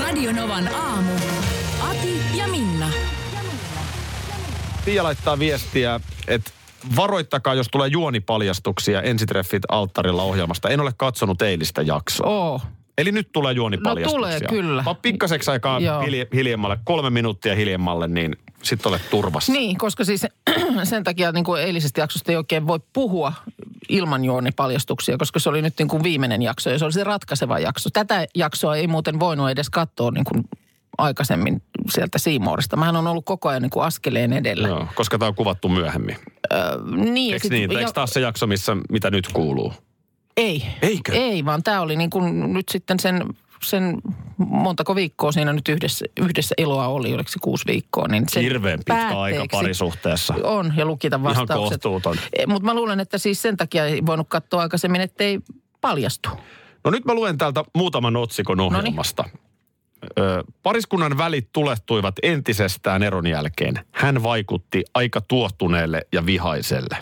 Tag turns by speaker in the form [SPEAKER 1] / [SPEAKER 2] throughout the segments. [SPEAKER 1] Radionovan aamu. Ati ja Minna.
[SPEAKER 2] Pia laittaa viestiä, että varoittakaa, jos tulee juonipaljastuksia ensitreffit alttarilla ohjelmasta. En ole katsonut eilistä jaksoa.
[SPEAKER 3] Oo.
[SPEAKER 2] Eli nyt tulee juonipaljastuksia.
[SPEAKER 3] No tulee, kyllä.
[SPEAKER 2] Vaan pikkaseksi aikaa
[SPEAKER 3] Joo.
[SPEAKER 2] hilje, hiljemmalle, kolme minuuttia hiljemmalle, niin sitten olet turvassa.
[SPEAKER 3] Niin, koska siis sen takia niin kuin eilisestä jaksosta ei oikein voi puhua ilman juonipaljastuksia, koska se oli nyt niin kuin viimeinen jakso ja se oli se ratkaiseva jakso. Tätä jaksoa ei muuten voinut edes katsoa niin kuin aikaisemmin sieltä Siimoorista. Mähän on ollut koko ajan niin kuin askeleen edellä.
[SPEAKER 2] Joo, koska tämä on kuvattu myöhemmin.
[SPEAKER 3] Niin, ja
[SPEAKER 2] Eikö
[SPEAKER 3] sit-
[SPEAKER 2] niin?
[SPEAKER 3] ja-
[SPEAKER 2] Eikö taas se jakso, missä, mitä nyt kuuluu?
[SPEAKER 3] Ei.
[SPEAKER 2] Eikö?
[SPEAKER 3] Ei, vaan tämä oli niin kuin nyt sitten sen, sen montako viikkoa siinä nyt yhdessä, yhdessä eloa oli, oliko se kuusi viikkoa. Niin sen
[SPEAKER 2] Hirveän pitkä aika
[SPEAKER 3] päätteeksi-
[SPEAKER 2] parisuhteessa.
[SPEAKER 3] On, ja lukita
[SPEAKER 2] Ihan
[SPEAKER 3] vastaukset.
[SPEAKER 2] kohtuuton.
[SPEAKER 3] Mutta Eh, mä luulen, että siis sen takia ei voinut katsoa aikaisemmin, ettei paljastu.
[SPEAKER 2] No nyt mä luen täältä muutaman otsikon ohjelmasta. Ö, pariskunnan välit tulehtuivat entisestään eron jälkeen. Hän vaikutti aika tuohtuneelle ja vihaiselle.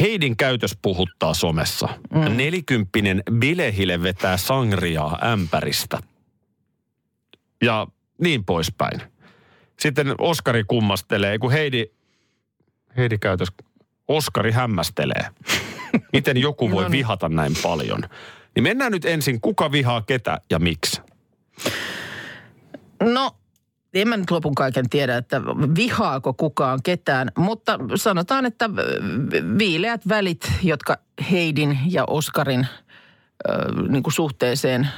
[SPEAKER 2] Heidin käytös puhuttaa somessa. Mm. Nelikymppinen bilehile vetää sangriaa ämpäristä. Ja niin poispäin. Sitten Oskari kummastelee, kun Heidi, Heidi käytös, Oskari hämmästelee. Miten joku
[SPEAKER 3] No
[SPEAKER 2] voi
[SPEAKER 3] niin.
[SPEAKER 2] vihata näin paljon? Niin mennään nyt ensin, kuka vihaa ketä ja miksi?
[SPEAKER 3] No, en mä nyt lopun kaiken tiedä, että vihaako kukaan ketään, mutta sanotaan, että viileät välit, jotka Heidin ja Oskarin ö, niin kuin suhteeseen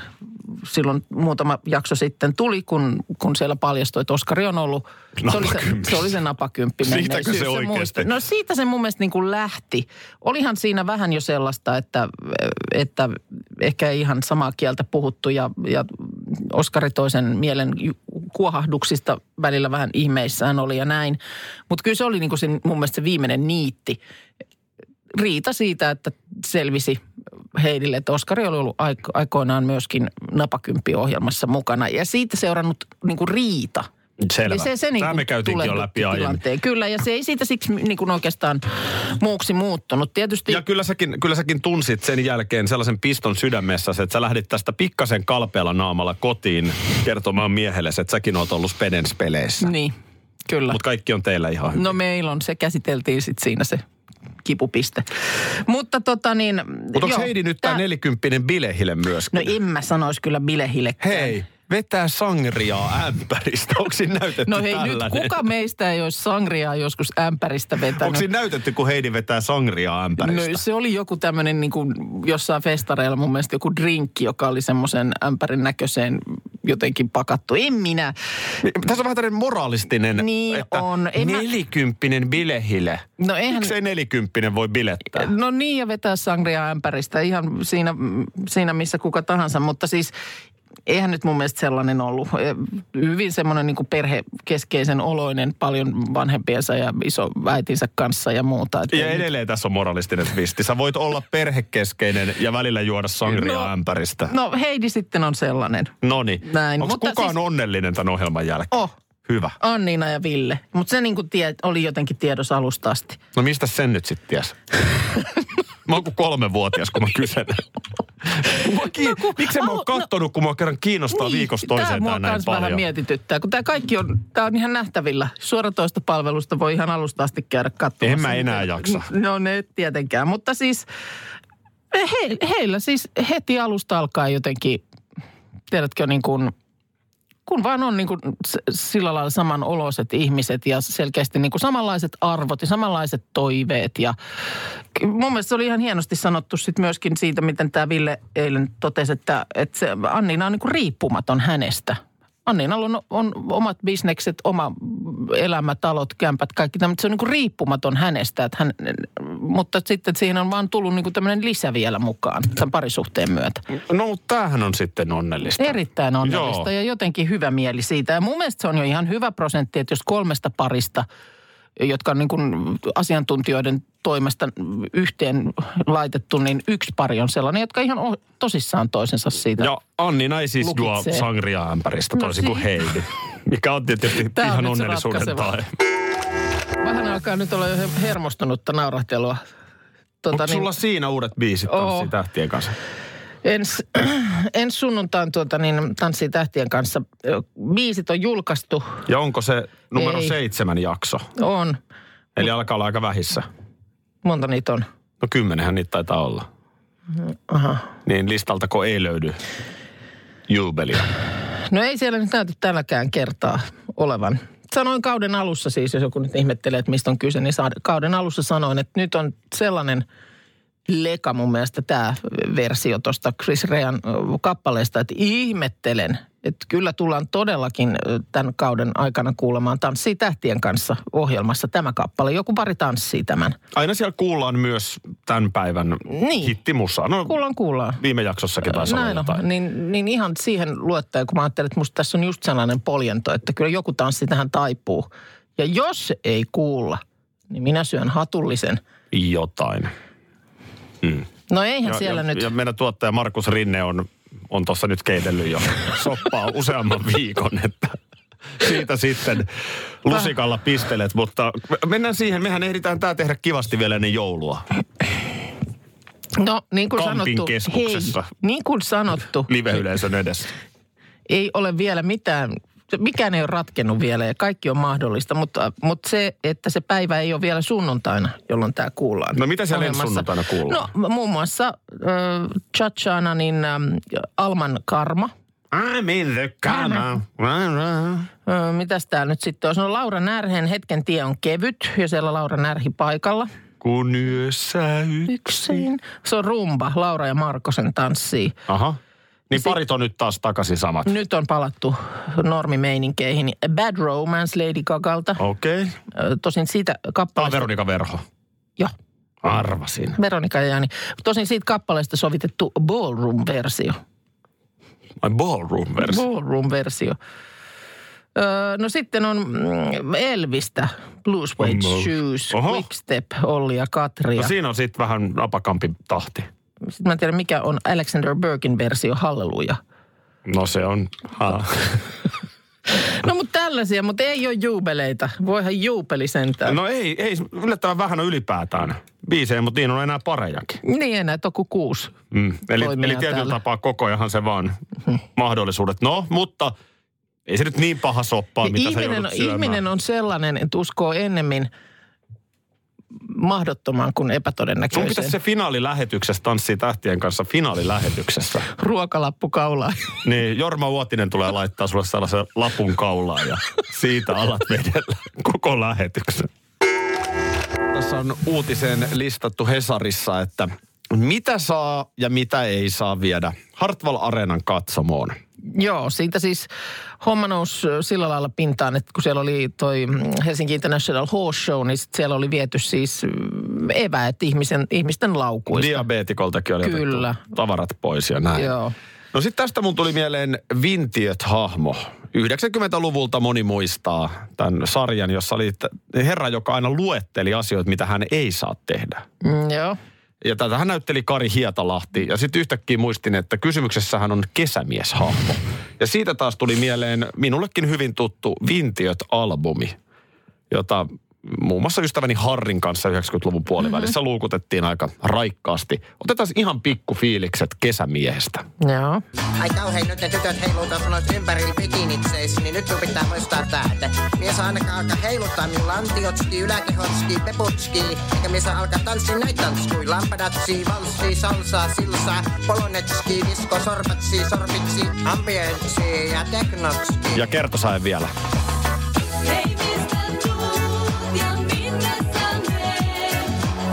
[SPEAKER 3] silloin muutama jakso sitten tuli, kun, kun siellä paljastui, että Oskari on ollut... Se oli se,
[SPEAKER 2] Napakymppi.
[SPEAKER 3] se, oli se napakymppi.
[SPEAKER 2] Siitäkö se
[SPEAKER 3] menneisyys,
[SPEAKER 2] oikeasti?
[SPEAKER 3] muisti. No siitä se mun mielestä niin kuin lähti. Olihan siinä vähän jo sellaista, että, että ehkä ei ihan samaa kieltä puhuttu ja, ja Oskari toisen mielen ju- kuohahduksista välillä vähän ihmeissään oli ja näin. Mutta kyllä se oli niin kuin se, mun mielestä se viimeinen niitti. Riita siitä, että selvisi Heidille, että Oskari oli ollut aik- aikoinaan myöskin napakymppi-ohjelmassa mukana. Ja siitä seurannut niin kuin riita –
[SPEAKER 2] Selvä.
[SPEAKER 3] Eli se, se niin
[SPEAKER 2] Tämä me käytiinkin jo läpi aiemmin.
[SPEAKER 3] Kyllä, ja se ei siitä siksi niin kuin oikeastaan muuksi muuttunut. Tietysti
[SPEAKER 2] Ja kyllä säkin, kyllä säkin tunsit sen jälkeen sellaisen piston sydämessä, että sä lähdit tästä pikkasen kalpealla naamalla kotiin kertomaan miehelle, että säkin oot ollut spedens peleissä.
[SPEAKER 3] Niin, kyllä.
[SPEAKER 2] Mutta kaikki on teillä ihan hyvin.
[SPEAKER 3] No meillä on, se käsiteltiin sitten siinä se kipupiste. Mutta tota niin...
[SPEAKER 2] Mutta onko
[SPEAKER 3] joo,
[SPEAKER 2] Heidi nyt tämä
[SPEAKER 3] tää-
[SPEAKER 2] nelikymppinen bilehille myöskin?
[SPEAKER 3] No en mä sanoisi kyllä bilehillekään.
[SPEAKER 2] Hei, vetää sangriaa ämpäristä. Onko siinä näytetty
[SPEAKER 3] No hei
[SPEAKER 2] tällainen?
[SPEAKER 3] nyt, kuka meistä ei olisi sangriaa joskus ämpäristä
[SPEAKER 2] Onko
[SPEAKER 3] vetänyt?
[SPEAKER 2] siinä näytetty, kun Heidi vetää sangriaa
[SPEAKER 3] No
[SPEAKER 2] ämpäristä?
[SPEAKER 3] se oli joku tämmöinen niin kuin jossain festareilla mun mielestä joku drinkki, joka oli semmoisen ämpärin näköiseen jotenkin pakattu. En minä.
[SPEAKER 2] Niin, Tässä on vähän tämmöinen moralistinen,
[SPEAKER 3] Niin
[SPEAKER 2] että
[SPEAKER 3] on. En mä-
[SPEAKER 2] nelikymppinen bilehile.
[SPEAKER 3] No eihän...
[SPEAKER 2] Miksei nelikymppinen voi bilettää?
[SPEAKER 3] No niin, ja vetää sangria ämpäristä ihan siinä, mm, siinä missä kuka tahansa, mutta siis eihän nyt mun mielestä sellainen ollut. Eh, Hyvin semmoinen niin perhekeskeisen oloinen paljon vanhempiensa ja isoäitinsä kanssa ja muuta. Että
[SPEAKER 2] Ja edelleen tässä on moralistinen twisti. Sä voit olla perhekeskeinen ja välillä juoda sangriaa
[SPEAKER 3] No.
[SPEAKER 2] ämpäristä.
[SPEAKER 3] No Heidi sitten on sellainen.
[SPEAKER 2] Noniin.
[SPEAKER 3] Näin,
[SPEAKER 2] Onko
[SPEAKER 3] mutta
[SPEAKER 2] kukaan
[SPEAKER 3] siis-
[SPEAKER 2] onnellinen tämän ohjelman jälkeen?
[SPEAKER 3] Oh,
[SPEAKER 2] Hyvä.
[SPEAKER 3] Anniina ja Ville. Mutta se niin kuin tie, oli jotenkin tiedossa alusta asti.
[SPEAKER 2] No mistä sen nyt sitten ties? Mä oon kuin kolmevuotias, kun mä kysyn. Mua kiin... no, kun... Miksi mä oon
[SPEAKER 3] Au,
[SPEAKER 2] kattonut, kun mua kerran kiinnostaa viikosta toiseen tää
[SPEAKER 3] Niin, tää mua
[SPEAKER 2] näin
[SPEAKER 3] kans vähän
[SPEAKER 2] paljon.
[SPEAKER 3] mietityttää, kun tämä kaikki on, tää on ihan nähtävillä. Suoratoista palvelusta voi ihan alusta asti käydä katsomassa.
[SPEAKER 2] En mä enää
[SPEAKER 3] miten-
[SPEAKER 2] jaksa.
[SPEAKER 3] No ne tietenkään, mutta siis he, heillä siis heti alusta alkaa jotenkin, tiedätkö niin kuin, kun vaan on niin kuin s- sillä lailla samanoloiset ihmiset ja selkeästi niin kuin samanlaiset arvot ja samanlaiset toiveet. Ja K- mun mielestä se oli ihan hienosti sanottu sit myöskin siitä, miten tämä Ville eilen totesi, että, että se Anniina on niin kuin riippumaton niinku hänestä. Anniinalla on, on omat bisnekset, oma elämä, talot, kämpät, kaikki tämä. Se on niin kuin riippumaton hänestä, että hän, mutta sitten siihen on vaan tullut niin kuin tämmöinen lisä vielä mukaan tämän parisuhteen myötä.
[SPEAKER 2] No mutta tämähän on sitten onnellista.
[SPEAKER 3] Erittäin onnellista
[SPEAKER 2] Joo.
[SPEAKER 3] ja jotenkin hyvä mieli siitä. Ja mun mielestä se on jo ihan hyvä prosentti, että jos kolmesta parista, jotka on niin kuin asiantuntijoiden toimesta yhteen laitettu, niin yksi pari on sellainen, jotka ihan o- tosissaan toisensa siitä.
[SPEAKER 2] Ja Anni ei siis juo
[SPEAKER 3] Lukitsee.
[SPEAKER 2] sangria-ämpäristä
[SPEAKER 3] No
[SPEAKER 2] toisin kuin
[SPEAKER 3] siitä.
[SPEAKER 2] Heidi, mikä on tietysti
[SPEAKER 3] Tää on
[SPEAKER 2] ihan
[SPEAKER 3] nyt se
[SPEAKER 2] onnellisuuden
[SPEAKER 3] ratkaiseva.
[SPEAKER 2] tae.
[SPEAKER 3] Vähän alkaa nyt olla jo he- hermostunutta naurahtelua. Tota
[SPEAKER 2] Onko sulla siinä uudet biisit
[SPEAKER 3] Oo.
[SPEAKER 2] tanssii tähtien kanssa?
[SPEAKER 3] Ensi, ensi sunnuntain tuota, niin, Tanssii tähtien kanssa ö, biisit on julkaistu.
[SPEAKER 2] Ja onko se numero
[SPEAKER 3] Ei.
[SPEAKER 2] seitsemän jakso?
[SPEAKER 3] On.
[SPEAKER 2] Eli alkaa olla aika vähissä.
[SPEAKER 3] Monta niitä on?
[SPEAKER 2] No kymmenenhän niitä taitaa olla.
[SPEAKER 3] Aha.
[SPEAKER 2] Niin listaltako ei löydy jubelia?
[SPEAKER 3] No ei siellä nyt näytä tälläkään kertaa olevan. Sanoin kauden alussa siis, jos joku nyt ihmettelee, että mistä on kyse, niin saa- kauden alussa sanoin, että nyt on sellainen leka mun mielestä tämä versio tuosta Chris Rean ö, kappaleesta, että ihmettelen, että kyllä tullaan todellakin ö, tämän kauden aikana kuulemaan Tanssii tähtien kanssa ohjelmassa tämä kappale. Joku pari tanssii tämän.
[SPEAKER 2] Aina siellä kuullaan myös tämän päivän
[SPEAKER 3] Niin.
[SPEAKER 2] hittimusaa. No
[SPEAKER 3] Kuullaan, kuullaan.
[SPEAKER 2] viime jaksossakin taisi olla
[SPEAKER 3] Näin on.
[SPEAKER 2] jotain.
[SPEAKER 3] Niin, niin ihan siihen luottaa, kun mä ajattelin, että musta tässä on just sellainen poljento, että kyllä joku tanssi tähän taipuu. Ja jos ei kuulla, niin minä syön hatullisen.
[SPEAKER 2] Jotain.
[SPEAKER 3] No eihän ja, Niin. siellä
[SPEAKER 2] ja,
[SPEAKER 3] nyt...
[SPEAKER 2] Ja meidän tuottaja Markus Rinne on, on tuossa nyt keitellyt jo soppaa useamman viikon, että siitä sitten lusikalla pistelet. Mutta mennään siihen, mehän ehditään tämä tehdä kivasti vielä ennen joulua.
[SPEAKER 3] no niin kuin
[SPEAKER 2] Kampin
[SPEAKER 3] sanottu,
[SPEAKER 2] keskuksessa.
[SPEAKER 3] hei, niin kuin sanottu,
[SPEAKER 2] Live-yleisön edessä.
[SPEAKER 3] ei ole vielä mitään, mikään ei ole ratkennut vielä ja kaikki on mahdollista, mutta, mutta se, että se päivä ei ole vielä sunnuntaina, jolloin tämä kuullaan.
[SPEAKER 2] No mitä siellä ensi
[SPEAKER 3] ohjelmassa.
[SPEAKER 2] sunnuntaina kuullaan?
[SPEAKER 3] No muun muassa äh, Chachana, niin äh, Alman Karma.
[SPEAKER 2] I'm in the camera.
[SPEAKER 3] Ö, Mitäs tää nyt sitten on? No Laura Närhen hetken tie on kevyt ja siellä Laura Närhi paikalla.
[SPEAKER 2] Kun yössä y-
[SPEAKER 3] Yksin. Se on rumba, Laura ja Markosen tanssii.
[SPEAKER 2] Aha. Niin parit on nyt taas takaisin samat.
[SPEAKER 3] Nyt on palattu normimeininkeihin. Bad Romance Lady Gagalta.
[SPEAKER 2] Okei. Okay.
[SPEAKER 3] Ö, Tosin siitä
[SPEAKER 2] Tämä on
[SPEAKER 3] kappaleesta...
[SPEAKER 2] Veronika Verho.
[SPEAKER 3] Joo,
[SPEAKER 2] Arvasin.
[SPEAKER 3] Veronika ja Jani. Tosin siitä kappaleesta sovitettu ballroom-versio.
[SPEAKER 2] Ai ballroom-versio.
[SPEAKER 3] Ballroom-versio. Öö, no sitten on mm, Elvistä, Blue Suede
[SPEAKER 2] Oho.
[SPEAKER 3] Shoes,
[SPEAKER 2] Oho.
[SPEAKER 3] Quickstep, Olli ja Katri.
[SPEAKER 2] No
[SPEAKER 3] ja-
[SPEAKER 2] siinä on sitten vähän napakampi tahti.
[SPEAKER 3] Sitten mä en tiedä, mikä on Alexander Bergin versio Halleluja.
[SPEAKER 2] No se on. Ha.
[SPEAKER 3] No mutta tällaisia, mutta ei ole juubeleita. Voihan juupeli sentään. No.
[SPEAKER 2] No ei, ei, yllättävän vähän on ylipäätään biisejä, mutta niin on enää parejakin.
[SPEAKER 3] Niin enää, että on kuin kuusi.
[SPEAKER 2] Mm. Eli,
[SPEAKER 3] Toimia
[SPEAKER 2] eli tietyllä
[SPEAKER 3] täällä. Hmm.
[SPEAKER 2] tapaa koko ajanhan se vaan mahdollisuudet. No, mutta ei se nyt niin paha soppaa,
[SPEAKER 3] Ja
[SPEAKER 2] mitä sä
[SPEAKER 3] ihminen, on,
[SPEAKER 2] joudut syömään.
[SPEAKER 3] ihminen on sellainen, että uskoo ennemmin mahdottomaan kuin
[SPEAKER 2] Sun
[SPEAKER 3] epätodennäköiseen.
[SPEAKER 2] pitäisi se finaalilähetyksessä Tanssii tähtien kanssa finaalilähetyksessä.
[SPEAKER 3] Ruokalappu kaulaa.
[SPEAKER 2] Niin Jorma Uotinen tulee laittaa sulle sellaisen lapun kaulaan ja siitä alat vedellä koko lähetyksen. Tässä on uutiseen listattu Hesarissa, että mitä saa ja mitä ei saa viedä Hartwall Areenan katsomoon.
[SPEAKER 3] Joo, siitä siis homma nousi sillä lailla pintaan, että kun siellä oli toi mm, Helsinki International Horse Show, niin sit siellä oli viety siis mm, eväät ihmisen, ihmisten laukuista.
[SPEAKER 2] Diabeetikoltakin oli
[SPEAKER 3] Kyllä.
[SPEAKER 2] otettu tavarat pois ja näin.
[SPEAKER 3] Joo.
[SPEAKER 2] No sitten tästä mun tuli mieleen Vintiöt-hahmo. 90-luvulta moni muistaa tämän sarjan, jossa oli t- herra, joka aina luetteli asioita, mitä hän ei saa tehdä.
[SPEAKER 3] Mm, joo.
[SPEAKER 2] Ja tätä hän näytteli Kari Hietalahti. Ja sitten yhtäkkiä muistin, että kysymyksessähän on kesämieshahmo. Ja siitä taas tuli mieleen minullekin hyvin tuttu Vintiöt-albumi, jota muun muassa ystäväni Harrin kanssa 90-luvun puolivälissä mm-hmm. luukutettiin aika raikkaasti. Otetaan ihan pikku fiilikset kesämiehestä.
[SPEAKER 3] Joo.
[SPEAKER 4] Ai kauhein, nyt ne tytöt heiluu tuossa noissa ympärillä bikinitseis, niin nyt sun pitää muistaa tää, että mies saa ainakaan alkaa heiluttaa minun lantiotski, yläkehotski, peputski, eikä mies saa alkaa tanssia näitä tanskui, lampadatsi, valssi, salsaa, silsaa, polonetski, visko, sorpatsi, sorpitsi, ambientsi ja teknokski.
[SPEAKER 2] Ja kertosäen vielä.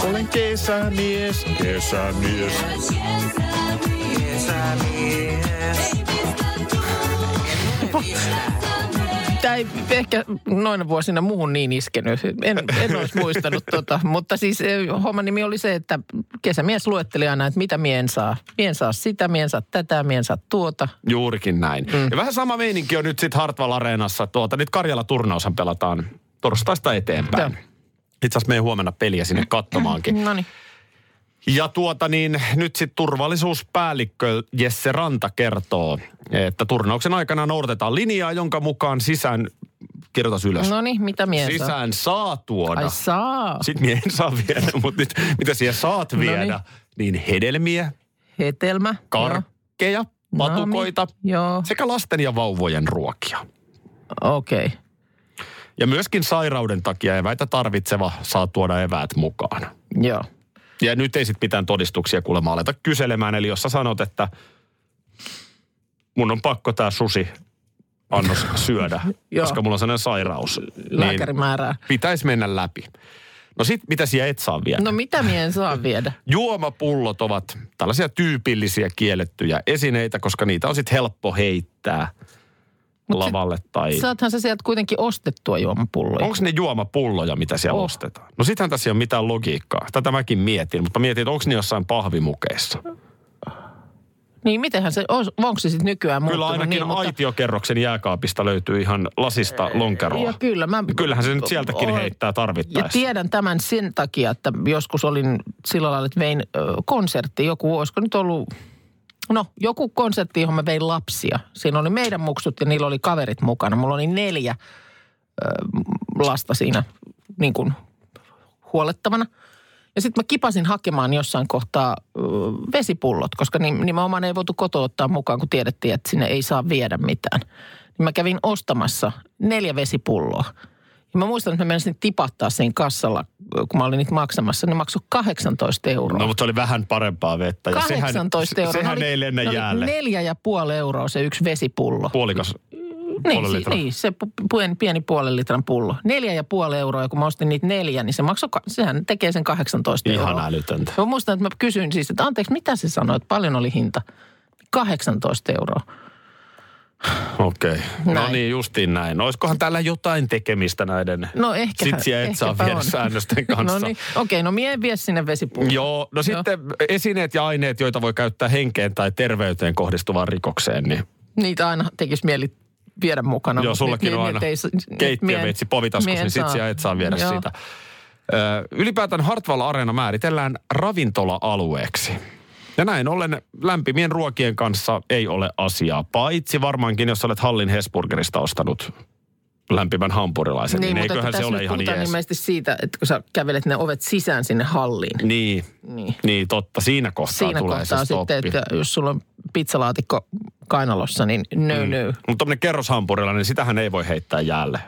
[SPEAKER 2] Olen kesämies, kesämies.
[SPEAKER 4] Kesämies. En
[SPEAKER 3] Jopa. Tämä ei ehkä noina vuosina muuhun niin iskenyt. En, en olisi muistanut tota. Mutta siis eh, homman nimi oli se, että kesämies luetteli aina, että mitä mien saa. Mien saa sitä, mien saa tätä, mien saa tuota.
[SPEAKER 2] Juurikin näin. Mm. Ja vähän sama meininki on nyt sitten Hartwall Areenassa. Tuota, nyt Karjala-turnaushan pelataan torstaista eteenpäin.
[SPEAKER 3] Joo.
[SPEAKER 2] Itse asiassa me ei huomenna peliä sinne katsomaankin.
[SPEAKER 3] No niin.
[SPEAKER 2] Ja tuota niin, nyt sitten turvallisuuspäällikkö Jesse Ranta kertoo, että turnauksen aikana noudatetaan linjaa, jonka mukaan sisään, kirjoitas ylös,
[SPEAKER 3] No niin, mitä mien saa?
[SPEAKER 2] sisään saa tuoda.
[SPEAKER 3] Ai saa.
[SPEAKER 2] Sitten mie en saa viedä, mutta nyt, mitä siellä saat viedä,
[SPEAKER 3] niin.
[SPEAKER 2] niin hedelmiä,
[SPEAKER 3] Hetelmä. Joo.
[SPEAKER 2] karkkeja, patukoita
[SPEAKER 3] Nami. Joo.
[SPEAKER 2] sekä lasten ja vauvojen ruokia.
[SPEAKER 3] Okei. Okay.
[SPEAKER 2] Ja myöskin sairauden takia eväitä tarvitseva saa tuoda eväät mukaan.
[SPEAKER 3] Joo.
[SPEAKER 2] Ja nyt ei sitten mitään todistuksia kuulemma aleta kyselemään. Eli jos sä sanot, että mun on pakko tämä susi annos syödä,
[SPEAKER 3] Joo.
[SPEAKER 2] koska mulla on sellainen sairaus.
[SPEAKER 3] Lääkäri määrää.
[SPEAKER 2] pitäisi mennä läpi. No sit mitä siellä et saa vielä?
[SPEAKER 3] No mitä mien saa viedä?
[SPEAKER 2] Juomapullot ovat tällaisia tyypillisiä kiellettyjä esineitä, koska niitä on sitten helppo heittää
[SPEAKER 3] Mut sit
[SPEAKER 2] lavalle tai...
[SPEAKER 3] Saathan sä sieltä kuitenkin ostettua juomapulloja.
[SPEAKER 2] Onko ne juomapulloja, mitä siellä
[SPEAKER 3] Oh.
[SPEAKER 2] oh. ostetaan? No sittenhän tässä ei ole mitään logiikkaa. Tätä mäkin mietin, mutta mietin, että onko ne jossain pahvimukeissa.
[SPEAKER 3] Niin, mitenhän se, onko se sitten nykyään
[SPEAKER 2] Kyllä
[SPEAKER 3] muuttunut
[SPEAKER 2] ainakin
[SPEAKER 3] niin,
[SPEAKER 2] niin, aitiokerroksen jääkaapista löytyy ihan lasista lonkeroa.
[SPEAKER 3] Ja kyllä, mä...
[SPEAKER 2] Kyllähän se nyt sieltäkin
[SPEAKER 3] Oon-
[SPEAKER 2] heittää
[SPEAKER 3] Ja
[SPEAKER 2] tarvittaessa.
[SPEAKER 3] tiedän tämän sen takia, että joskus olin sillä lailla, että vein ö, konsertti, joku, olisiko nyt ollut, no joku konsertti, johon mä vein lapsia. Siinä oli meidän muksut ja niillä oli kaverit mukana. Mulla oli neljä ö, lasta siinä niin kuin huolettavana. Ja sitten mä kipasin hakemaan jossain kohtaa ö, vesipullot, koska ni- nimenomaan ei voitu kotoa ottaa mukaan, kun tiedettiin, että sinne ei saa viedä mitään. Niin mä kävin ostamassa neljä vesipulloa. Ja mä muistan, että mä menisin tipahtaa sen kassalla, ö, kun mä olin niitä maksamassa. Ne maksoi 18 euroa.
[SPEAKER 2] No mutta oli vähän parempaa vettä. Ja
[SPEAKER 3] 18
[SPEAKER 2] sehän,
[SPEAKER 3] euroa.
[SPEAKER 2] Sehän
[SPEAKER 3] Ne oli-
[SPEAKER 2] ei lennä
[SPEAKER 3] ne oli
[SPEAKER 2] jäälle.
[SPEAKER 3] Neljä ja puoli euroa se yksi vesipullo.
[SPEAKER 2] Puolikas
[SPEAKER 3] Niin,
[SPEAKER 2] puolen
[SPEAKER 3] si-
[SPEAKER 2] litran.
[SPEAKER 3] niin, se pu- pieni, pieni puolen litran pullo. Neljä ja puoli euroa, ja kun mä ostin niitä neljä, niin se maksoi, ka- sehän tekee sen 18
[SPEAKER 2] Ihan
[SPEAKER 3] euroa.
[SPEAKER 2] älytöntä.
[SPEAKER 3] Mä muistan, että mä kysyin siis, että anteeksi, mitä se sanoi, että paljon oli hinta? 18 euroa.
[SPEAKER 2] Okei. Okay. No
[SPEAKER 3] Näin.
[SPEAKER 2] niin, justiin näin. Olisikohan täällä jotain tekemistä näiden
[SPEAKER 3] No ehkä.
[SPEAKER 2] sitsiä et saa viedä säännösten kanssa?
[SPEAKER 3] No niin, okei, okay, no mie en vie sinne vesipulloon.
[SPEAKER 2] Joo, no sitten esineet ja aineet, joita voi käyttää henkeen tai terveyteen kohdistuvaan rikokseen, niin
[SPEAKER 3] Niitä aina tekisi mieli viedä mukana.
[SPEAKER 2] Joo,
[SPEAKER 3] mut
[SPEAKER 2] sullakin
[SPEAKER 3] nyt-
[SPEAKER 2] on
[SPEAKER 3] nyt-
[SPEAKER 2] aina
[SPEAKER 3] nyt niin, ei s- nyt mie en-
[SPEAKER 2] keittiöveitsi povitaskus,
[SPEAKER 3] mie en
[SPEAKER 2] niin sit sä et saa viedä
[SPEAKER 3] Joo.
[SPEAKER 2] sitä. Ö, ylipäätään Hartwall Areena määritellään ravintola-alueeksi. Ja näin ollen lämpimien ruokien kanssa ei ole asiaa, paitsi varmaankin, jos olet Hallin Hesburgerista ostanut lämpimän hampurilaisen, niin, niin
[SPEAKER 3] mutta
[SPEAKER 2] eiköhän se
[SPEAKER 3] että tässä
[SPEAKER 2] ole
[SPEAKER 3] nyt
[SPEAKER 2] ihan
[SPEAKER 3] puhutaan
[SPEAKER 2] jees.
[SPEAKER 3] ilmeisesti siitä, että kun sä kävelet ne ovet sisään sinne halliin.
[SPEAKER 2] Niin,
[SPEAKER 3] Niin.
[SPEAKER 2] niin totta. Siinä kohtaa
[SPEAKER 3] Siinä
[SPEAKER 2] tulee
[SPEAKER 3] kohtaa
[SPEAKER 2] se stoppi.
[SPEAKER 3] sitten, että jos sulla on pizzalaatikko kainalossa, niin no, mm. no.
[SPEAKER 2] Mutta tuommoinen kerroshampurilla, niin sitähän ei voi heittää jäälle.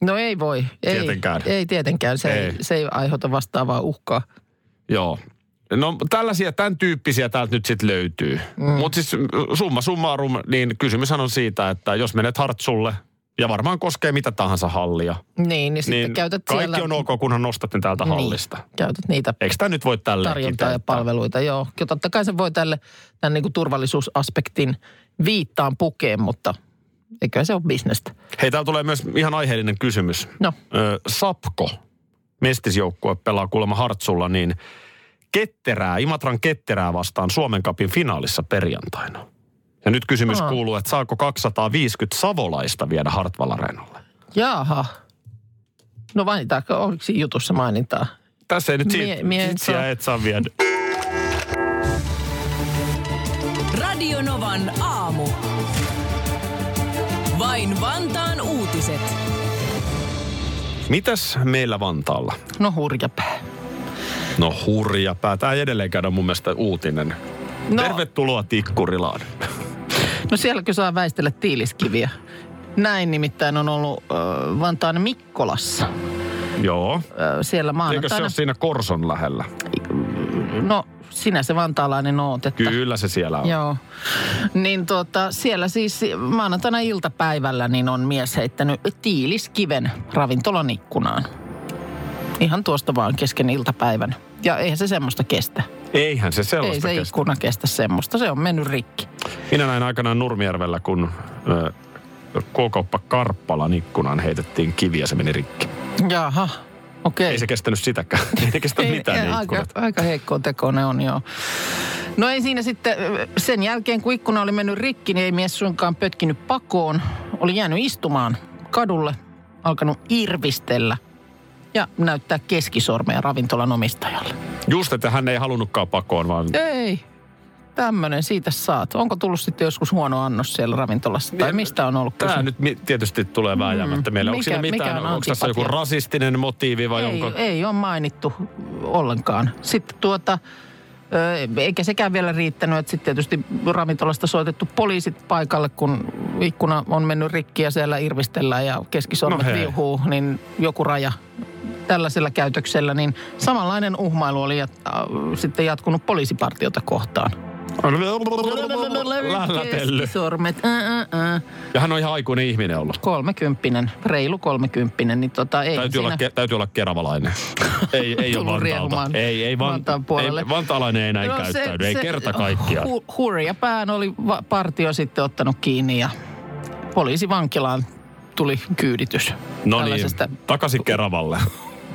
[SPEAKER 3] No ei voi. Ei,
[SPEAKER 2] Tietenkään.
[SPEAKER 3] Ei tietenkään. Se ei.
[SPEAKER 2] Ei.
[SPEAKER 3] se ei aiheuta vastaavaa uhkaa.
[SPEAKER 2] Joo. No tällaisia, tämän tyyppisiä täältä nyt sitten löytyy. Mm. Mutta siis summa summarum, niin kysymyshän on siitä, että jos menet Hartsulle, ja varmaan koskee mitä tahansa hallia,
[SPEAKER 3] Niin, niin sitten
[SPEAKER 2] niin
[SPEAKER 3] käytät
[SPEAKER 2] kaikki
[SPEAKER 3] siellä...
[SPEAKER 2] on ok, kunhan nostat ne täältä hallista.
[SPEAKER 3] Niin, käytät niitä
[SPEAKER 2] Eikö tämä nyt voi tällä
[SPEAKER 3] tarjontaa ja palveluita. Joo, ja totta kai se voi tälle tämän niin kuin turvallisuusaspektin viittaan pukeen, mutta eiköhän se ole bisnestä.
[SPEAKER 2] Hei, täällä tulee myös ihan aiheellinen kysymys.
[SPEAKER 3] No,
[SPEAKER 2] Ö, Sapko, mestisjoukkue pelaa kuulemma Hartsulla, niin ketterää, Imatran ketterää vastaan Suomen kapin finaalissa perjantaina. Ja nyt kysymys
[SPEAKER 3] Aa.
[SPEAKER 2] kuuluu, että saako 250 savolaista viedä Hartwall Areenalle?
[SPEAKER 3] jaha. No mainitaanko, oliko siinä jutussa mainintaa?
[SPEAKER 2] Tässä ei nyt
[SPEAKER 3] Mie-
[SPEAKER 2] siitä,
[SPEAKER 3] mie en
[SPEAKER 2] itseä
[SPEAKER 3] saa.
[SPEAKER 2] et saa viedä.
[SPEAKER 1] Radio Novan aamu. Vain Vantaan uutiset.
[SPEAKER 2] Mitäs meillä Vantaalla?
[SPEAKER 3] No hurjapää.
[SPEAKER 2] No hurja pää. Tämä ei edelleen käydä mun mielestä uutinen. No.
[SPEAKER 3] No.
[SPEAKER 2] Tervetuloa Tikkurilaan.
[SPEAKER 3] No sielläkö saa väistellä tiiliskiviä? Näin nimittäin on ollut ö, Vantaan Mikkolassa.
[SPEAKER 2] Joo.
[SPEAKER 3] Ö, siellä
[SPEAKER 2] Eikö se
[SPEAKER 3] maanantaina.
[SPEAKER 2] ole siinä Korson lähellä?
[SPEAKER 3] No, sinä se vantaalainen oot. Että...
[SPEAKER 2] Kyllä se siellä on.
[SPEAKER 3] Joo. Niin tuota, siellä siis maanantaina iltapäivällä niin on mies heittänyt tiiliskiven ravintolan ikkunaan. Ihan tuosta vaan kesken iltapäivän. Ja eihän se semmoista kestä.
[SPEAKER 2] Eihän se sellaista
[SPEAKER 3] Ei se
[SPEAKER 2] kestä.
[SPEAKER 3] ikkuna kestä semmoista. Se on mennyt rikki.
[SPEAKER 2] Minä näin aikanaan Nurmijärvellä, kun ö, K-kauppa Karppalan ikkunan heitettiin kiviä, se meni rikki.
[SPEAKER 3] Jaha, okei.
[SPEAKER 2] Ei se kestänyt sitäkään. Ei ne kestä mitään ne
[SPEAKER 3] aika,
[SPEAKER 2] ikkunat.
[SPEAKER 3] aika heikko teko ne on, joo. No ei siinä sitten, sen jälkeen kun ikkuna oli mennyt rikki, niin ei mies suinkaan pötkinyt pakoon. Oli jäänyt istumaan kadulle, alkanut irvistellä ja näyttää keskisormea ravintolan omistajalle.
[SPEAKER 2] Just, että hän ei halunnutkaan pakoon, vaan
[SPEAKER 3] Ei, tämmöinen siitä saat. Onko tullut sitten joskus huono annos siellä ravintolassa? Tai mistä on ollut
[SPEAKER 2] Tämä
[SPEAKER 3] kyse?
[SPEAKER 2] nyt mi- tietysti tulee vääjäämättä mieleen. Onko
[SPEAKER 3] Mikä-
[SPEAKER 2] siinä mitään,
[SPEAKER 3] mikä on
[SPEAKER 2] on onko tässä joku
[SPEAKER 3] antipatia?
[SPEAKER 2] rasistinen motiivi vai
[SPEAKER 3] ei,
[SPEAKER 2] onko...
[SPEAKER 3] ei ole mainittu ollenkaan. Sitten tuota, ö, eikä sekään vielä riittänyt, että sitten tietysti ravintolasta soitettu poliisit paikalle, kun ikkuna on mennyt rikki ja siellä irvistellään ja keskisormet
[SPEAKER 2] No
[SPEAKER 3] no
[SPEAKER 2] hei.
[SPEAKER 3] viuhuu, niin joku raja tällaisella käytöksellä, niin samanlainen uhmailu oli jat, äh, sitten jatkunut poliisipartiota kohtaan.
[SPEAKER 2] Lällätellyt.
[SPEAKER 3] Keskisormet, äh, ä, ä, ä.
[SPEAKER 2] Ja hän on ihan aikuinen ihminen ollut.
[SPEAKER 3] kolmekymppinen, reilu kolmekymppinen, niin tota ei
[SPEAKER 2] Täytyy olla,
[SPEAKER 3] siinä-
[SPEAKER 2] ke- täytyy olla keravalainen. ei, ei ole
[SPEAKER 3] Tullut
[SPEAKER 2] Vantaalta.
[SPEAKER 3] riehumaan
[SPEAKER 2] Ei, ei, van,
[SPEAKER 3] Vantaan puolelle.
[SPEAKER 2] ei vantaalainen ei enää no, käyttäydy. Se, ei kerta kaikkiaan.
[SPEAKER 3] Hu, hurja pään oli va- partio sitten ottanut kiinni ja poliisi vankilaan tuli kyyditys.
[SPEAKER 2] no niin,
[SPEAKER 3] tällaisesta
[SPEAKER 2] takaisin Keravalle.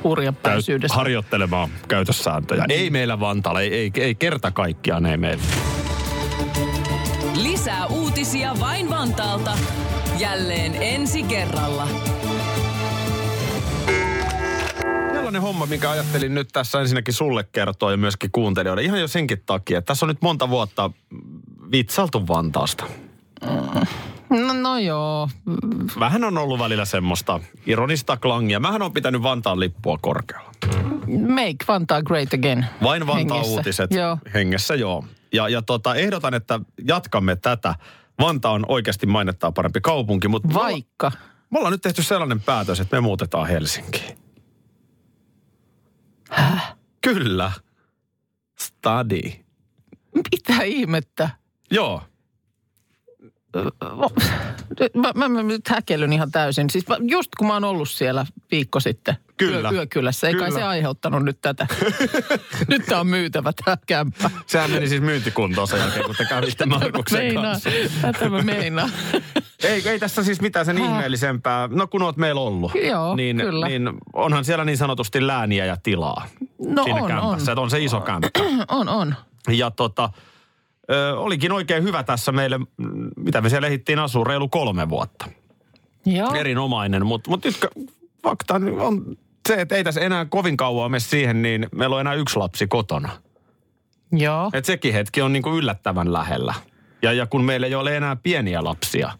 [SPEAKER 3] hurjan
[SPEAKER 2] Täyt-
[SPEAKER 3] pääsyydestä.
[SPEAKER 2] harjoittelemaan käytössääntöjä. Ei meillä Vantaalla, ei, ei, ei kerta kaikkiaan ei meillä.
[SPEAKER 1] Lisää uutisia vain Vantaalta. Jälleen ensi kerralla.
[SPEAKER 2] Sellainen homma, mikä ajattelin nyt tässä ensinnäkin sulle kertoa ja myöskin kuuntelijoille. Ihan jo senkin takia, että tässä on nyt monta vuotta vitsailtu Vantaasta.
[SPEAKER 3] no, no joo,
[SPEAKER 2] Vähän on ollut välillä semmoista ironista klangia. Mähän on pitänyt Vantaan lippua korkealla.
[SPEAKER 3] make Vantaa great again.
[SPEAKER 2] Vain Vantaan
[SPEAKER 3] hengessä.
[SPEAKER 2] uutiset No.
[SPEAKER 3] Joo.
[SPEAKER 2] hengessä, joo. Ja, ja tota, ehdotan, että jatkamme tätä. Vantaa on oikeasti mainettaa parempi kaupunki, mutta me, olla-
[SPEAKER 3] Vaikka.
[SPEAKER 2] me ollaan nyt tehty sellainen päätös, että me muutetaan Helsinkiin. Häh? Kyllä. Study.
[SPEAKER 3] Mitä ihmettä?
[SPEAKER 2] Joo.
[SPEAKER 3] Mä, mä, mä nyt häkellyn ihan täysin. Siis mä, just kun mä oon ollut siellä viikko sitten
[SPEAKER 2] Kyllä.
[SPEAKER 3] Yö, yökylässä, ei kai
[SPEAKER 2] Kyllä.
[SPEAKER 3] se aiheuttanut nyt tätä. nyt tää on myytävä tää kämppä.
[SPEAKER 2] Sehän meni siis myyntikuntoon sen jälkeen, kun te kävitte Markuksen
[SPEAKER 3] meinaan.
[SPEAKER 2] kanssa.
[SPEAKER 3] Tätä mä meinaan.
[SPEAKER 2] Ei, ei tässä siis mitään sen ihmeellisempää. No kun oot meillä ollut,
[SPEAKER 3] Joo,
[SPEAKER 2] niin,
[SPEAKER 3] kyllä.
[SPEAKER 2] niin onhan siellä niin sanotusti lääniä ja tilaa
[SPEAKER 3] No
[SPEAKER 2] siinä
[SPEAKER 3] on,
[SPEAKER 2] kämpässä.
[SPEAKER 3] on.
[SPEAKER 2] Että on se iso kämppä.
[SPEAKER 3] On, on.
[SPEAKER 2] Ja tota, ö, olikin oikein hyvä tässä meille, mm, mitä me siellä ehdittiin asua, reilu kolme vuotta.
[SPEAKER 3] Joo.
[SPEAKER 2] Erinomainen, mutta mut nyt k- fakta on se, että ei tässä enää kovin kauan mene siihen, niin meillä on enää yksi lapsi kotona.
[SPEAKER 3] Joo.
[SPEAKER 2] Et sekin hetki on niinku yllättävän lähellä. Ja, ja kun meillä ei ole enää pieniä lapsia,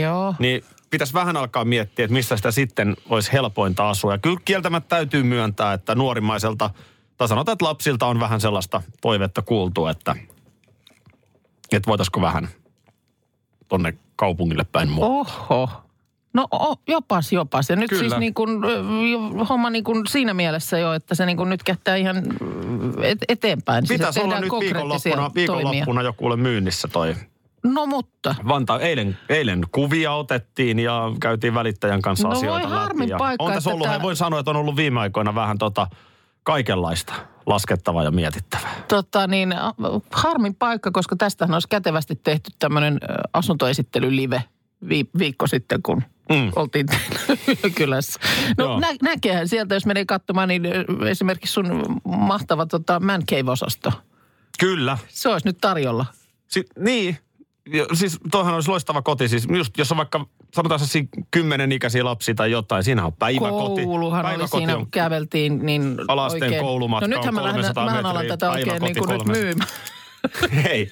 [SPEAKER 3] Joo.
[SPEAKER 2] niin pitäisi vähän alkaa miettiä, että missä sitä sitten olisi helpointa asua. Ja kyllä kieltämättä täytyy myöntää, että nuorimmaiselta, tai sanotaan, että lapsilta on vähän sellaista toivetta kuultu, että, että voitaisiko vähän tonne kaupungille päin muu.
[SPEAKER 3] Oho. No o, jopas, jopas. Ja nyt
[SPEAKER 2] Kyllä.
[SPEAKER 3] Kyllä. siis niin kun, ö, jo- homma niin kun siinä mielessä jo, että se niin kun nyt kättää ihan ö, et, eteenpäin. Siis
[SPEAKER 2] Pitäisi
[SPEAKER 3] että
[SPEAKER 2] olla
[SPEAKER 3] tehdään
[SPEAKER 2] nyt
[SPEAKER 3] konkreettisia
[SPEAKER 2] viikonloppuna,
[SPEAKER 3] toimia.
[SPEAKER 2] viikonloppuna joku ole myynnissä toi
[SPEAKER 3] No mutta.
[SPEAKER 2] Vantaa. Eilen, eilen kuvia otettiin ja käytiin välittäjän kanssa
[SPEAKER 3] No voi
[SPEAKER 2] asioita
[SPEAKER 3] harmi
[SPEAKER 2] läpi. Ja
[SPEAKER 3] paikka,
[SPEAKER 2] on tässä
[SPEAKER 3] että
[SPEAKER 2] ollut,
[SPEAKER 3] tää-
[SPEAKER 2] hei, voin sanoa, että on ollut viime aikoina vähän tota kaikenlaista laskettavaa ja mietittävää.
[SPEAKER 3] Tota niin, a- harmin paikka, koska tästähän olisi kätevästi tehty tämmöinen ö, asuntoesittelylive vi- viikko sitten, kun
[SPEAKER 2] Mm.
[SPEAKER 3] mm. oltiin kylässä.
[SPEAKER 2] Joo.
[SPEAKER 3] No nä- näkeehän sieltä, jos menee katsomaan, niin ö, esimerkiksi sun mahtava tota, man cave-osasto.
[SPEAKER 2] Kyllä.
[SPEAKER 3] Se olisi nyt tarjolla.
[SPEAKER 2] Si- niin. Jo- Siis toihan olisi loistava koti. Siis just, jos on vaikka, sanotaan sellaisia kymmenen ikäisiä lapsia tai jotain, siinähän on päiväkoti.
[SPEAKER 3] Kouluhan oli
[SPEAKER 2] päiväkoti
[SPEAKER 3] siinä,
[SPEAKER 2] on,
[SPEAKER 3] kun käveltiin, niin
[SPEAKER 2] Alasten
[SPEAKER 3] oikein.
[SPEAKER 2] koulumatka
[SPEAKER 3] No
[SPEAKER 2] on
[SPEAKER 3] nythän mä, lähden,
[SPEAKER 2] 300
[SPEAKER 3] mä alan
[SPEAKER 2] metriä,
[SPEAKER 3] tätä oikein
[SPEAKER 2] päiväkoti
[SPEAKER 3] niin kuin nyt
[SPEAKER 2] 300.
[SPEAKER 3] myymään.
[SPEAKER 2] Hei,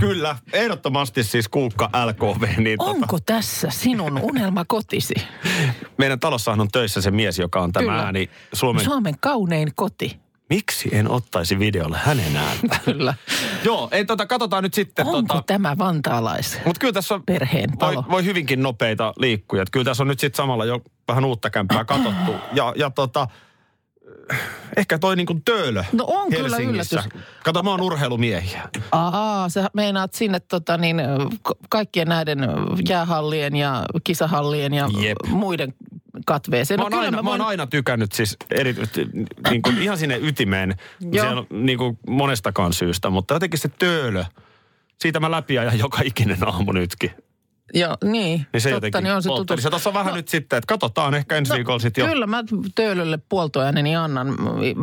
[SPEAKER 2] kyllä. Ehdottomasti siis kuukka LKV. Niin tota,
[SPEAKER 3] Onko tässä sinun unelmakotisi?
[SPEAKER 2] meidän talossahan on töissä se mies, joka on tämä
[SPEAKER 3] Kyllä.
[SPEAKER 2] ääni Suomen.
[SPEAKER 3] Suomen kaunein koti.
[SPEAKER 2] Miksi en ottaisi videolle hänen ääntä?
[SPEAKER 3] Kyllä.
[SPEAKER 2] Joo, ei tota, katsotaan nyt sitten.
[SPEAKER 3] Onko
[SPEAKER 2] Tota,
[SPEAKER 3] tämä vantaalais?
[SPEAKER 2] Mutta kyllä tässä on
[SPEAKER 3] Perheen
[SPEAKER 2] voi,
[SPEAKER 3] talo.
[SPEAKER 2] voi hyvinkin nopeita liikkuja. Et Kyllä tässä on nyt sitten samalla jo vähän uutta kämppää katsottu. Ja, ja tota, ehkä toi niinku töölö
[SPEAKER 3] No on kyllä
[SPEAKER 2] Helsingissä.
[SPEAKER 3] yllätys.
[SPEAKER 2] Kato, mä oon urheilumiehiä.
[SPEAKER 3] Aa, sä meinaat sinne tota, niin, ö, ka- kaikkien näiden ö, jäähallien ja kisahallien ja
[SPEAKER 2] Jep.
[SPEAKER 3] ö, muiden katveeseen.
[SPEAKER 2] Mä oon, aina, mä,
[SPEAKER 3] no voin-
[SPEAKER 2] oon aina tykännyt siis erityisesti niinku, ihan sinne ytimeen.
[SPEAKER 3] Joo.
[SPEAKER 2] Siellä, niinku, monestakaan syystä, mutta jotenkin se töölö. Siitä mä läpi ajan joka ikinen aamu nytkin.
[SPEAKER 3] Joo, niin.
[SPEAKER 2] Niin se
[SPEAKER 3] totta,
[SPEAKER 2] jotenkin
[SPEAKER 3] niin on se
[SPEAKER 2] poltteli.
[SPEAKER 3] tutus. No,
[SPEAKER 2] Se tuossa vähän nyt sitten, että katsotaan ehkä ensi viikolla sitten jo.
[SPEAKER 3] Kyllä mä Töölölle puoltoääneni annan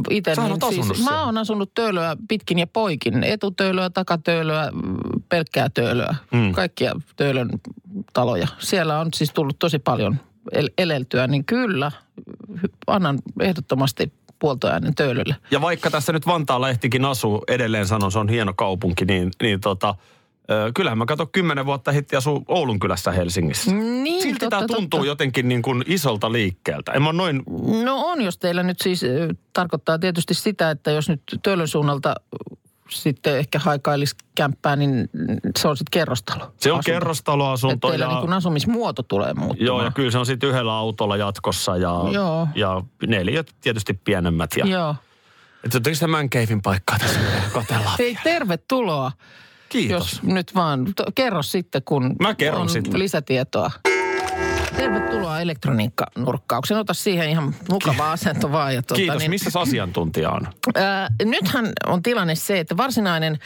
[SPEAKER 3] itse.
[SPEAKER 2] Sä oot asunut siellä.
[SPEAKER 3] Mä oon asunut Töölöä pitkin ja poikin. Etutöölöä, takatöölöä, mm, pelkkää Töölöä.
[SPEAKER 2] Mm.
[SPEAKER 3] Mm. Kaikkia Töölön taloja. Siellä on siis tullut tosi paljon el- eleltyä, niin kyllä hy- annan ehdottomasti puoltoäänen Töölölle.
[SPEAKER 2] Ja vaikka tässä nyt Vantaalla ehtikin asuu, edelleen sanon, se on hieno kaupunki, niin, niin tota, ö, kyllähän mä kato kymmenen vuotta hitti asuu Oulun kylässä Helsingissä.
[SPEAKER 3] Niin,
[SPEAKER 2] Silti
[SPEAKER 3] totta,
[SPEAKER 2] tämä tuntuu
[SPEAKER 3] totta.
[SPEAKER 2] jotenkin niin kuin isolta liikkeeltä. En mä oo noin,
[SPEAKER 3] No on, jos teillä nyt siis ö, tarkoittaa tietysti sitä, että jos nyt Töölön suunnalta ö, sitten ehkä haikailisi kämppää, niin se on sitten kerrostalo.
[SPEAKER 2] se on
[SPEAKER 3] Asunto. Että
[SPEAKER 2] kerrostaloasunto
[SPEAKER 3] teillä
[SPEAKER 2] ja,
[SPEAKER 3] niin kuin asumismuoto tulee
[SPEAKER 2] joo,
[SPEAKER 3] muuttumaan.
[SPEAKER 2] ja kyllä se on sitten yhdellä autolla jatkossa ja,
[SPEAKER 3] Joo.
[SPEAKER 2] ja neliöt tietysti pienemmät. Ja,
[SPEAKER 3] Joo.
[SPEAKER 2] Et jotenkin sitä Mänkeivin paikkaa tässä kotellaan.
[SPEAKER 3] Hei, tervetuloa,
[SPEAKER 2] Ah, Kiitos.
[SPEAKER 3] jos nyt vaan. To, kerro sitten, kun
[SPEAKER 2] Mä kerron
[SPEAKER 3] on
[SPEAKER 2] sitten.
[SPEAKER 3] lisätietoa. Tervetuloa elektroniikkanurkkaukseen. Ota siihen ihan mukava asento vaan. Ja tuota,
[SPEAKER 2] Kiitos.
[SPEAKER 3] niin-
[SPEAKER 2] Missä se asiantuntija on?
[SPEAKER 3] Ää, nythän on tilanne se, että varsinainen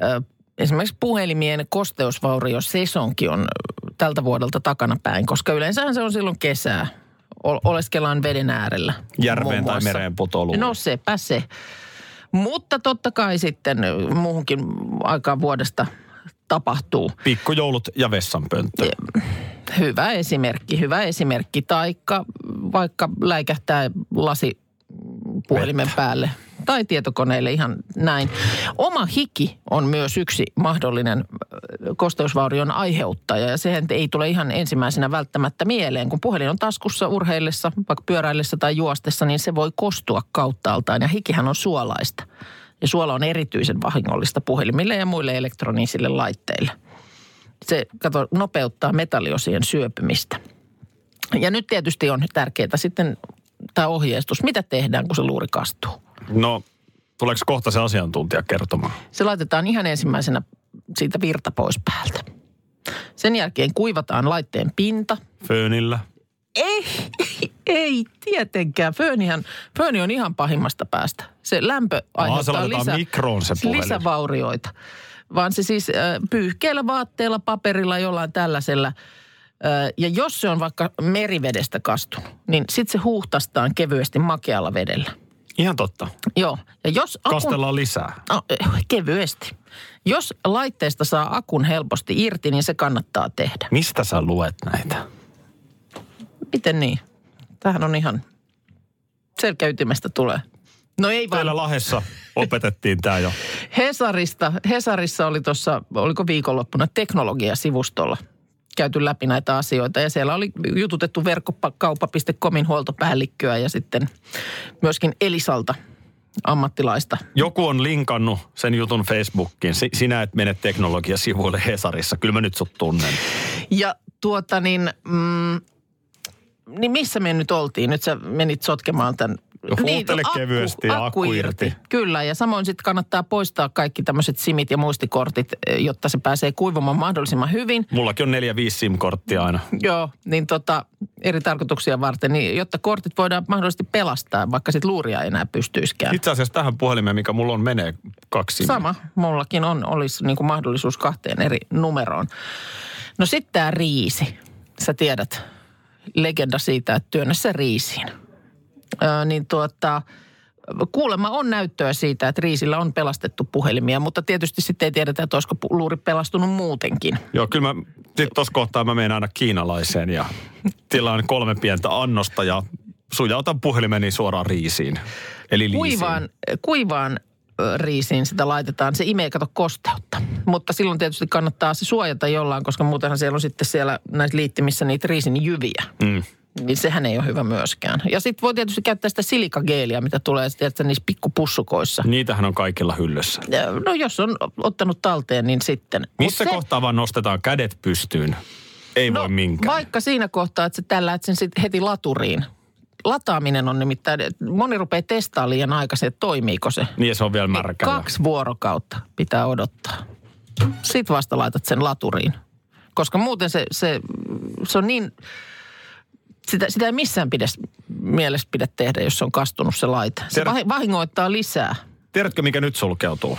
[SPEAKER 3] ää, esimerkiksi puhelimien kosteusvaurio sesonki on ö, tältä vuodelta takana päin, koska yleensähän se on silloin kesää. O- oleskellaan veden äärellä.
[SPEAKER 2] Järveen
[SPEAKER 3] muun
[SPEAKER 2] tai
[SPEAKER 3] muassa.
[SPEAKER 2] mereen putoluun?
[SPEAKER 3] No sepä se. Mutta totta kai sitten ö, muuhunkin aikaan vuodesta tapahtuu.
[SPEAKER 2] Pikkujoulut ja vessanpönttö.
[SPEAKER 3] Hyvä esimerkki, hyvä esimerkki. Taikka vaikka läikähtää lasi puhelimen päälle tai tietokoneelle ihan näin. Oma hiki on myös yksi mahdollinen ö, kosteusvaurion aiheuttaja ja sehän ei tule ihan ensimmäisenä välttämättä mieleen. Kun puhelin on taskussa urheillessa, vaikka pyöräillessä tai juostessa, niin se voi kostua kauttaaltaan ja hikihän on suolaista. Ja suola on erityisen vahingollista puhelimille ja muille elektronisille laitteille se kato, nopeuttaa metalliosien syöpymistä. Ja nyt tietysti on tärkeää sitten tämä ohjeistus, mitä tehdään, kun se luuri kastuu.
[SPEAKER 2] No, tuleeko kohta se asiantuntija kertomaan?
[SPEAKER 3] Se laitetaan ihan ensimmäisenä siitä virta pois päältä. Sen jälkeen kuivataan laitteen pinta.
[SPEAKER 2] Föönillä.
[SPEAKER 3] Ei, ei tietenkään. Föönihän, fööni on ihan pahimmasta päästä. Se lämpö aiheuttaa
[SPEAKER 2] laitetaan
[SPEAKER 3] lisää,
[SPEAKER 2] mikroon se puhelin.
[SPEAKER 3] lisävaurioita. Vaan se siis äh, pyyhkeillä, vaatteilla, paperilla, jollain tällaisella. Äh, ja jos se on vaikka merivedestä kastunut, niin sitten se huuhtastaan kevyesti makealla vedellä.
[SPEAKER 2] Ihan totta.
[SPEAKER 3] Joo. Ja jos akun
[SPEAKER 2] Kastellaan lisää.
[SPEAKER 3] No, kevyesti. Jos laitteesta saa akun helposti irti, niin se kannattaa tehdä.
[SPEAKER 2] Mistä sä luet näitä?
[SPEAKER 3] Miten niin? Tähän on ihan selkäytimestä tulee. No ei vaan.
[SPEAKER 2] Täällä Lahessa opetettiin tämä jo.
[SPEAKER 3] Hesarista, Hesarissa oli tuossa, oliko viikonloppuna, teknologiasivustolla käyty läpi näitä asioita. Ja siellä oli jututettu verkkokauppa.comin huoltopäällikköä ja sitten myöskin Elisalta ammattilaista.
[SPEAKER 2] Joku on linkannut sen jutun Facebookiin. Si- sinä et mene teknologiasivuille Hesarissa. Kyllä mä nyt sut tunnen.
[SPEAKER 3] Ja tuota niin, mm, niin missä me nyt oltiin? Nyt sä menit sotkemaan Niin, tämän.
[SPEAKER 2] No, Huutele kevyesti ja akku irti.
[SPEAKER 3] Kyllä, ja samoin sitten kannattaa poistaa kaikki tämmöiset simit ja muistikortit, eh, jotta se pääsee kuivumaan mahdollisimman hyvin.
[SPEAKER 2] Mullakin on neljä, viisi SIM-korttia aina.
[SPEAKER 3] Joo, niin tota, eri tarkoituksia varten, niin jotta kortit voidaan mahdollisesti pelastaa, vaikka sit luuria ei enää pystyisikään.
[SPEAKER 2] Itse asiassa tähän puhelimeen, mikä mulla on, menee kaksi.
[SPEAKER 3] Sama, mullakin on, olisi niin kuin mahdollisuus kahteen eri numeroon. No sitten tämä riisi. Sä tiedät, legenda siitä, että työnnä se riisiin. Öö, niin tuota, kuulemma on näyttöä siitä, että riisillä on pelastettu puhelimia, mutta tietysti sitten ei tiedetä, että olisiko pu- luuri pelastunut muutenkin.
[SPEAKER 2] Joo, kyllä mä, sit tossa kohtaa mä menen aina kiinalaiseen ja tilaan kolme pientä annosta ja sujautan puhelimeni suoraan riisiin. Eli liisiin.
[SPEAKER 3] kuivaan, kuivaan ö, riisiin sitä laitetaan. Se imee, kato, kosteutta. Mutta silloin tietysti kannattaa se suojata jollain, koska muutenhan siellä on sitten siellä näissä liittimissä niitä riisin jyviä.
[SPEAKER 2] Mm.
[SPEAKER 3] Niin sehän ei ole hyvä myöskään. Ja sitten voi tietysti käyttää sitä silikageeliä, mitä tulee sitten niissä pikkupussukoissa.
[SPEAKER 2] Niitähän on kaikilla hyllyssä.
[SPEAKER 3] Ö, No jos on ottanut talteen, niin sitten. Mut
[SPEAKER 2] Missä
[SPEAKER 3] se-
[SPEAKER 2] kohtaa vaan nostetaan kädet pystyyn? Ei no, voi minkään.
[SPEAKER 3] Vaikka siinä kohtaa, että sä tällät sen sit heti laturiin. Lataaminen on nimittäin, moni rupeaa testaamaan liian aikaisin, että toimiiko se.
[SPEAKER 2] Niin ja se on vielä märkä. ja-
[SPEAKER 3] Kaksi vuorokautta pitää odottaa. Sitten vasta laitat sen laturiin. Koska muuten se, se, se on niin, sitä, sitä ei missään pidä, mielessä pidä tehdä, jos se on kastunut se laite. Se
[SPEAKER 2] Tiedät-
[SPEAKER 3] vahi- vahingoittaa lisää.
[SPEAKER 2] Tiedätkö, mikä nyt sulkeutuu?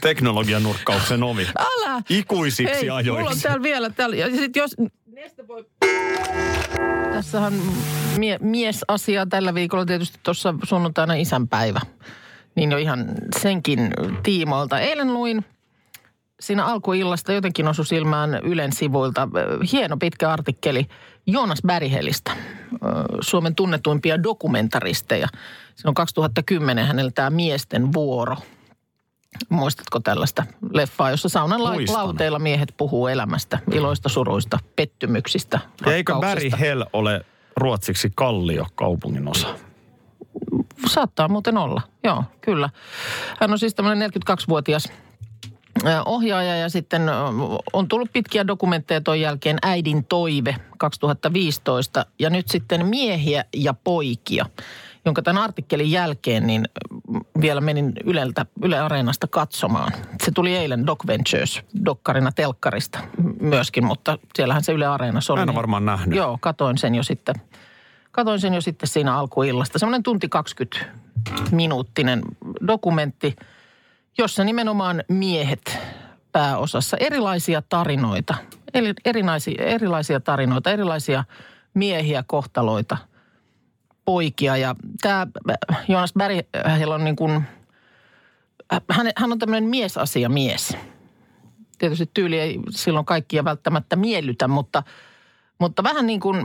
[SPEAKER 2] teknologian nurkkauksen ovi.
[SPEAKER 3] Älä!
[SPEAKER 2] Ikuisiksi
[SPEAKER 3] Hei,
[SPEAKER 2] ajoiksi.
[SPEAKER 3] Ah! mulla on täällä vielä täällä. Ja sit jos... Neste voi... Tässähän mie- miesasiaa tällä viikolla tietysti tuossa sunnuntaina isänpäivä. Niin jo ihan senkin tiimoilta. Eilen luin siinä alkuillasta jotenkin osui silmään Ylen sivuilta ö, hieno pitkä artikkeli Joonas Bärihelistä, ö, Suomen tunnetuimpia dokumentaristeja. Se on 2010 hänellä tämä Miesten vuoro. Muistatko tällaista leffaa, jossa saunan la-
[SPEAKER 2] Muistan.
[SPEAKER 3] lauteilla miehet puhuu elämästä, iloista, suruista, pettymyksistä,
[SPEAKER 2] Ja eikö Barry
[SPEAKER 3] rakkauksista?
[SPEAKER 2] Hell ole ruotsiksi kallio kaupungin osa?
[SPEAKER 3] Saattaa muuten olla, joo, kyllä. Hän on siis tämmöinen 42-vuotias ö, ohjaaja ja sitten ö, on tullut pitkiä dokumentteja ton jälkeen Äidin toive 2015 ja nyt sitten Miehiä ja poikia, jonka tämän artikkelin jälkeen niin ö, vielä menin Yleltä, Yle Areenasta katsomaan. Se tuli eilen Doc Ventures dokkarina telkkarista myöskin, mutta siellähän se Yle Areenassa oli.
[SPEAKER 2] Mä en ole
[SPEAKER 3] niin-
[SPEAKER 2] varmaan nähnyt.
[SPEAKER 3] Joo, katoin sen jo sitten, katoin sen jo sitten siinä alkuillasta. Semmoinen tunti 20 minuuttinen dokumentti, jossa nimenomaan miehet pääosassa erilaisia tarinoita, eli erinaisia, erilaisia tarinoita, erilaisia miehiä, kohtaloita, poikia. Ja tämä Joonas Berg, heillä on niin kuin, äh, hän, hän on tämmöinen miesasiamies. Tietysti tyyli ei silloin kaikkia välttämättä miellytä, mutta – mutta vähän niin kuin,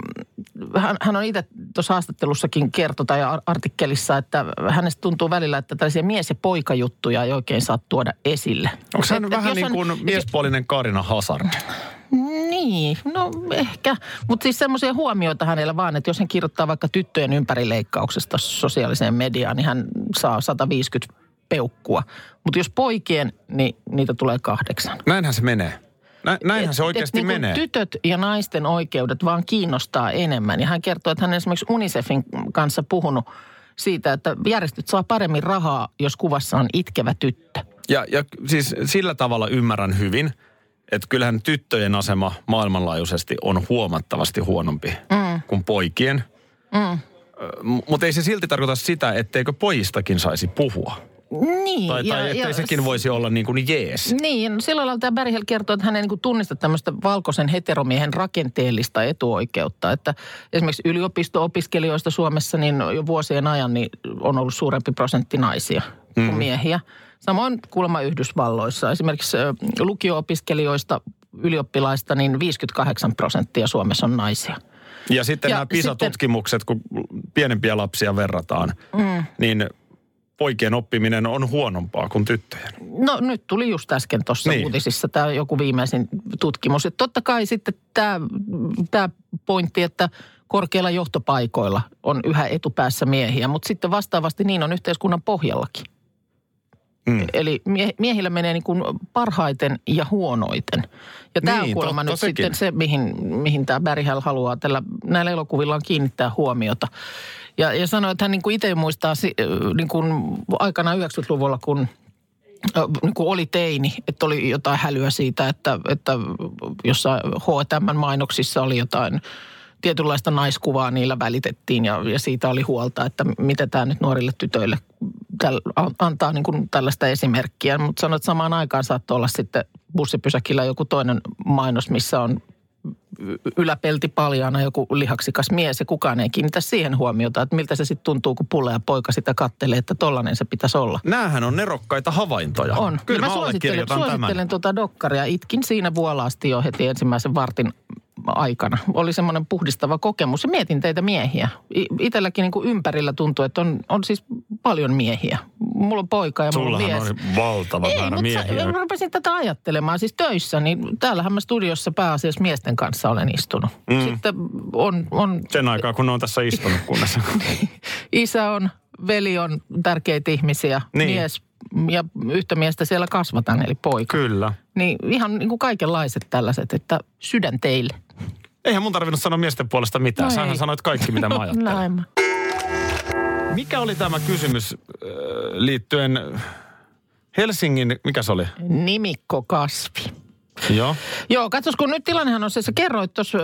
[SPEAKER 3] hän, hän on itse tuossa haastattelussakin kertoi tai ar- artikkelissa, että hänestä tuntuu välillä, että tällaisia mies- ja poikajuttuja ei oikein saa tuoda esille.
[SPEAKER 2] Onko hän
[SPEAKER 3] Et- et
[SPEAKER 2] vähän
[SPEAKER 3] jos
[SPEAKER 2] niin kuin miespuolinen Karina Hazard?
[SPEAKER 3] Niin, no ehkä. Mutta siis semmoisia huomioita hänellä vaan, että jos hän kirjoittaa vaikka tyttöjen ympärileikkauksesta sosiaaliseen mediaan, niin hän saa 150 peukkua. Mutta jos poikien, niin niitä tulee kahdeksan.
[SPEAKER 2] Näinhän se menee. Nä, näinhän
[SPEAKER 3] Et-
[SPEAKER 2] se oikeasti
[SPEAKER 3] et niinku
[SPEAKER 2] menee.
[SPEAKER 3] Tytöt ja naisten oikeudet vaan kiinnostaa enemmän. Ja hän kertoo, että hän on esimerkiksi UNICEFin kanssa puhunut siitä, että järjestöt saa paremmin rahaa, jos kuvassa on itkevä tyttö.
[SPEAKER 2] Ja, ja siis sillä tavalla ymmärrän hyvin, että kyllähän tyttöjen asema maailmanlaajuisesti on huomattavasti huonompi mm. kuin poikien. Mm. Mutta ei se silti tarkoita sitä, etteikö pojistakin saisi puhua.
[SPEAKER 3] Niin.
[SPEAKER 2] Tai, tai ettei sekin
[SPEAKER 3] s-
[SPEAKER 2] voisi olla niin kuin jees.
[SPEAKER 3] Niin, no sillä lailla tämä Berhel kertoo, että hän ei niin tunnista tämmöistä valkoisen heteromiehen rakenteellista etuoikeutta. Että esimerkiksi yliopisto-opiskelijoista Suomessa niin jo vuosien ajan niin on ollut suurempi prosentti naisia kuin miehiä. Samoin kuulemma Yhdysvalloissa. Esimerkiksi ö, lukio-opiskelijoista, ylioppilaista, niin 58 prosenttia Suomessa on naisia.
[SPEAKER 2] Ja sitten
[SPEAKER 3] Ja
[SPEAKER 2] nämä PISA-tutkimukset, kun pienempiä lapsia verrataan, mm. niin poikien oppiminen on huonompaa kuin tyttöjen.
[SPEAKER 3] No nyt tuli just äsken tuossa
[SPEAKER 2] Niin.
[SPEAKER 3] niin. uutisissa tämä joku viimeisin tutkimus. Että totta kai sitten tämä, tämä pointti, että korkeilla johtopaikoilla on yhä etupäässä miehiä, mutta sitten vastaavasti niin on yhteiskunnan pohjallakin.
[SPEAKER 2] Mm.
[SPEAKER 3] Eli mie- miehillä menee niin kuin parhaiten ja huonoiten. Ja tämä
[SPEAKER 2] Niin,
[SPEAKER 3] on kuulemma
[SPEAKER 2] totta
[SPEAKER 3] nyt
[SPEAKER 2] sekin.
[SPEAKER 3] sitten se, mihin, mihin tämä Bärihäl haluaa tällä, näillä elokuvillaan kiinnittää huomiota. Ja, ja sanoi, että hän niin kuin itse muistaa si- ö, niin kuin aikana 90-luvulla, kun ö, niin kuin oli teini, että oli jotain hälyä siitä, että, että jossain H&M-mainoksissa oli jotain tietynlaista naiskuvaa niillä välitettiin ja, ja siitä oli huolta, että mitä tämä nyt nuorille tytöille täl, an- antaa niin kuin tällaista esimerkkiä. Mutta sanoit, että samaan aikaan saattoi olla sitten bussipysäkillä joku toinen mainos, missä on y- yläpelti paljaana joku lihaksikas mies ja kukaan ei kiinnitä siihen huomiota, että miltä se sitten tuntuu, kun pullea poika sitä kattelee, että tollainen se pitäisi olla.
[SPEAKER 2] Näähän on nerokkaita havaintoja.
[SPEAKER 3] On. Niin
[SPEAKER 2] Kyllä mä,
[SPEAKER 3] suosittelen,
[SPEAKER 2] allekirjoitan tämän.
[SPEAKER 3] suosittelen tuota dokkaria. Itkin siinä vuolaasti jo heti ensimmäisen vartin aikana. Oli semmoinen puhdistava kokemus ja mietin teitä miehiä. I- itelläkin niin kuin ympärillä tuntuu, että on, on siis paljon miehiä. Mulla on poika ja mulla on
[SPEAKER 2] Sullahan
[SPEAKER 3] mies.
[SPEAKER 2] on valtava
[SPEAKER 3] Ei,
[SPEAKER 2] määrä
[SPEAKER 3] mutta sä-
[SPEAKER 2] miehiä.
[SPEAKER 3] mä rupesin tätä ajattelemaan. Siis töissä, niin täällähän mä studiossa pääasiassa miesten kanssa olen istunut. Mm. Sitten on, on
[SPEAKER 2] Sen aikaa, kun on tässä istunut kunnes.
[SPEAKER 3] isä on, veli on tärkeitä ihmisiä,
[SPEAKER 2] Niin.
[SPEAKER 3] niin. mies ja yhtä miestä siellä kasvatan, eli poika.
[SPEAKER 2] Kyllä.
[SPEAKER 3] Niin ihan niin kuin kaikenlaiset tällaiset, että sydän teille.
[SPEAKER 2] Eihän mun tarvinnut sanoa miesten puolesta mitään.
[SPEAKER 3] No
[SPEAKER 2] Sähän
[SPEAKER 3] ei. No
[SPEAKER 2] sanoit kaikki, mitä mä ajattelin.
[SPEAKER 3] Näin mä.
[SPEAKER 2] Mikä oli tämä kysymys äh, liittyen Helsingin, mikä se oli?
[SPEAKER 3] Nimikko kasvi.
[SPEAKER 2] Joo.
[SPEAKER 3] Joo, katsos, kun nyt tilannehan on se, sä kerroit tuossa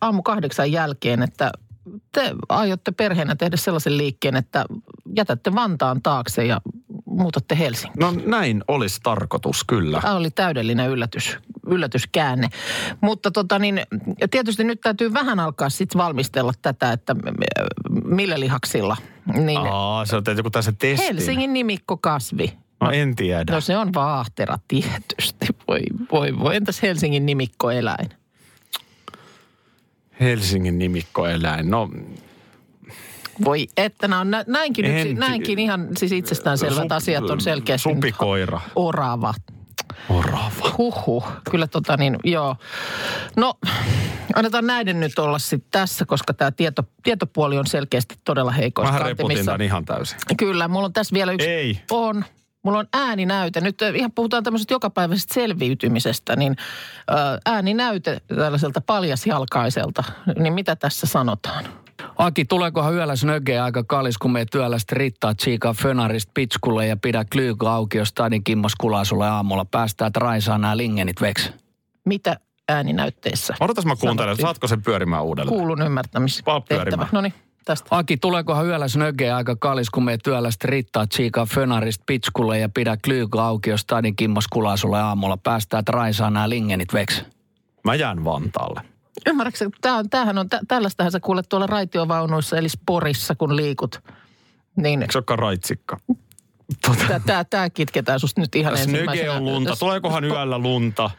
[SPEAKER 3] aamu kahdeksan jälkeen, että te aiotte perheenä tehdä sellaisen liikkeen, että jätätte Vantaan taakse ja muutatte Helsinkiin.
[SPEAKER 2] No näin olisi tarkoitus, kyllä.
[SPEAKER 3] Tämä oli täydellinen yllätys, yllätyskäänne. Mutta tota niin, ja tietysti nyt täytyy vähän alkaa sitten valmistella tätä, että millä lihaksilla. Niin
[SPEAKER 2] Aa, se on tehty joku tässä testin.
[SPEAKER 3] Helsingin nimikko kasvi.
[SPEAKER 2] No en tiedä.
[SPEAKER 3] No se on vaahtera tietysti. Voi, voi, voi. Entäs Helsingin nimikko eläin?
[SPEAKER 2] Helsingin nimikkoeläin. No
[SPEAKER 3] Voi että, nämä on nä- näinkin,
[SPEAKER 2] En
[SPEAKER 3] yksi,
[SPEAKER 2] ti-
[SPEAKER 3] näinkin ihan siis itsestäänselvät
[SPEAKER 2] Sup-
[SPEAKER 3] asiat on selkeästi. nyt
[SPEAKER 2] supikoira.
[SPEAKER 3] ha- Orava.
[SPEAKER 2] orava.
[SPEAKER 3] Huhhuh, kyllä tota niin, joo. No, annetaan näiden nyt olla sitten tässä, koska tämä tieto, tietopuoli on selkeästi todella heikoissa
[SPEAKER 2] Mä reputin
[SPEAKER 3] kantimissa.
[SPEAKER 2] tämän ihan täysin.
[SPEAKER 3] Kyllä, mulla on tässä vielä yksi.
[SPEAKER 2] Ei.
[SPEAKER 3] On. Mulla on ääninäyte. Nyt ö, ihan puhutaan tämmöisestä jokapäiväisestä selviytymisestä, niin ö, ääninäyte tällaiselta paljasjalkaiselta, niin mitä tässä sanotaan?
[SPEAKER 5] Aki, tuleekohan yöllä snögeä aika kalis, kun me yöllä rittaa chiika fönarist pitskulle ja pidä klyyky auki, jos stadin kimmos kulaa sulle aamulla. Päästää raisaan nämä lingenit veksi.
[SPEAKER 3] Mitä ääninäytteessä?
[SPEAKER 2] Odotas mä kuuntelen, saatko sen pyörimään uudelleen?
[SPEAKER 3] Kuulun
[SPEAKER 2] Paa
[SPEAKER 3] ymmärtämistehtävä.
[SPEAKER 2] pyörimään.
[SPEAKER 3] No niin, tästä.
[SPEAKER 5] Aki, tuleekohan yöllä snögeä aika kalis, kun me yöllä rittaa chiika fönarist pitskulle ja pidä klyyky auki, jos stadin kimmos kulaa sulle aamulla. Päästää raisaan nämä lingenit veksi.
[SPEAKER 2] Mä jään Vantaalle.
[SPEAKER 3] Ymmärrätkö, tämä on, tämähän on, tä, tällaistähän sä kuulet tuolla raitiovaunuissa, eli sporissa, kun liikut. Niin
[SPEAKER 2] Eikö se olekaan raitsikka?
[SPEAKER 3] tämä, tämä kitketään susta nyt ihan
[SPEAKER 2] Snöge
[SPEAKER 3] ensimmäisenä.
[SPEAKER 2] on lunta. Tuleekohan yöllä lunta?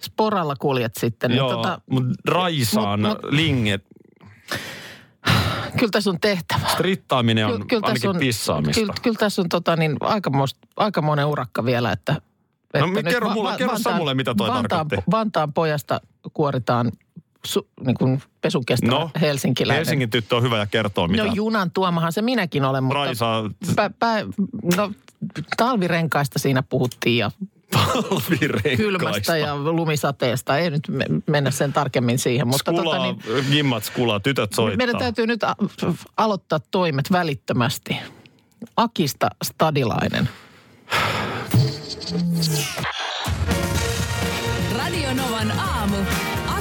[SPEAKER 3] Sporalla kuljet sitten. tota,
[SPEAKER 2] Joo, mutta raisaan
[SPEAKER 3] Niin, mut-
[SPEAKER 2] linget.
[SPEAKER 3] Kyllä tässä on tehtävä.
[SPEAKER 2] Strittaaminen on
[SPEAKER 3] Ky- kyllä tässä
[SPEAKER 2] ainakin
[SPEAKER 3] on,
[SPEAKER 2] pissaamista.
[SPEAKER 3] Kyllä, kyllä tässä on tota, niin, aikamoist, aikamoinen urakka vielä, että...
[SPEAKER 2] No, mi- kerro mulle- kerro Samulle, mitä toi
[SPEAKER 3] Vantaan,
[SPEAKER 2] tarkoitti.
[SPEAKER 3] Vantaan pojasta kuoritaan su, niin kuin pesun kestävä
[SPEAKER 2] No,
[SPEAKER 3] helsinkiläinen.
[SPEAKER 2] Helsingin tyttö on hyvä ja kertoo mitä.
[SPEAKER 3] No junan tuomahan se minäkin olen, mutta...
[SPEAKER 2] Raisaa
[SPEAKER 3] Pä, pä, no, talvirenkaista siinä puhuttiin ja
[SPEAKER 2] talvirenkaista.
[SPEAKER 3] kylmästä ja lumisateesta. Ei nyt me- mennä sen tarkemmin siihen, mutta
[SPEAKER 2] Skulaa,
[SPEAKER 3] tota niin,
[SPEAKER 2] gimmat skulaa, tytöt soittaa.
[SPEAKER 3] meidän täytyy nyt a- aloittaa toimet välittömästi. Akista Stadilainen.
[SPEAKER 1] Radio Novan aamu.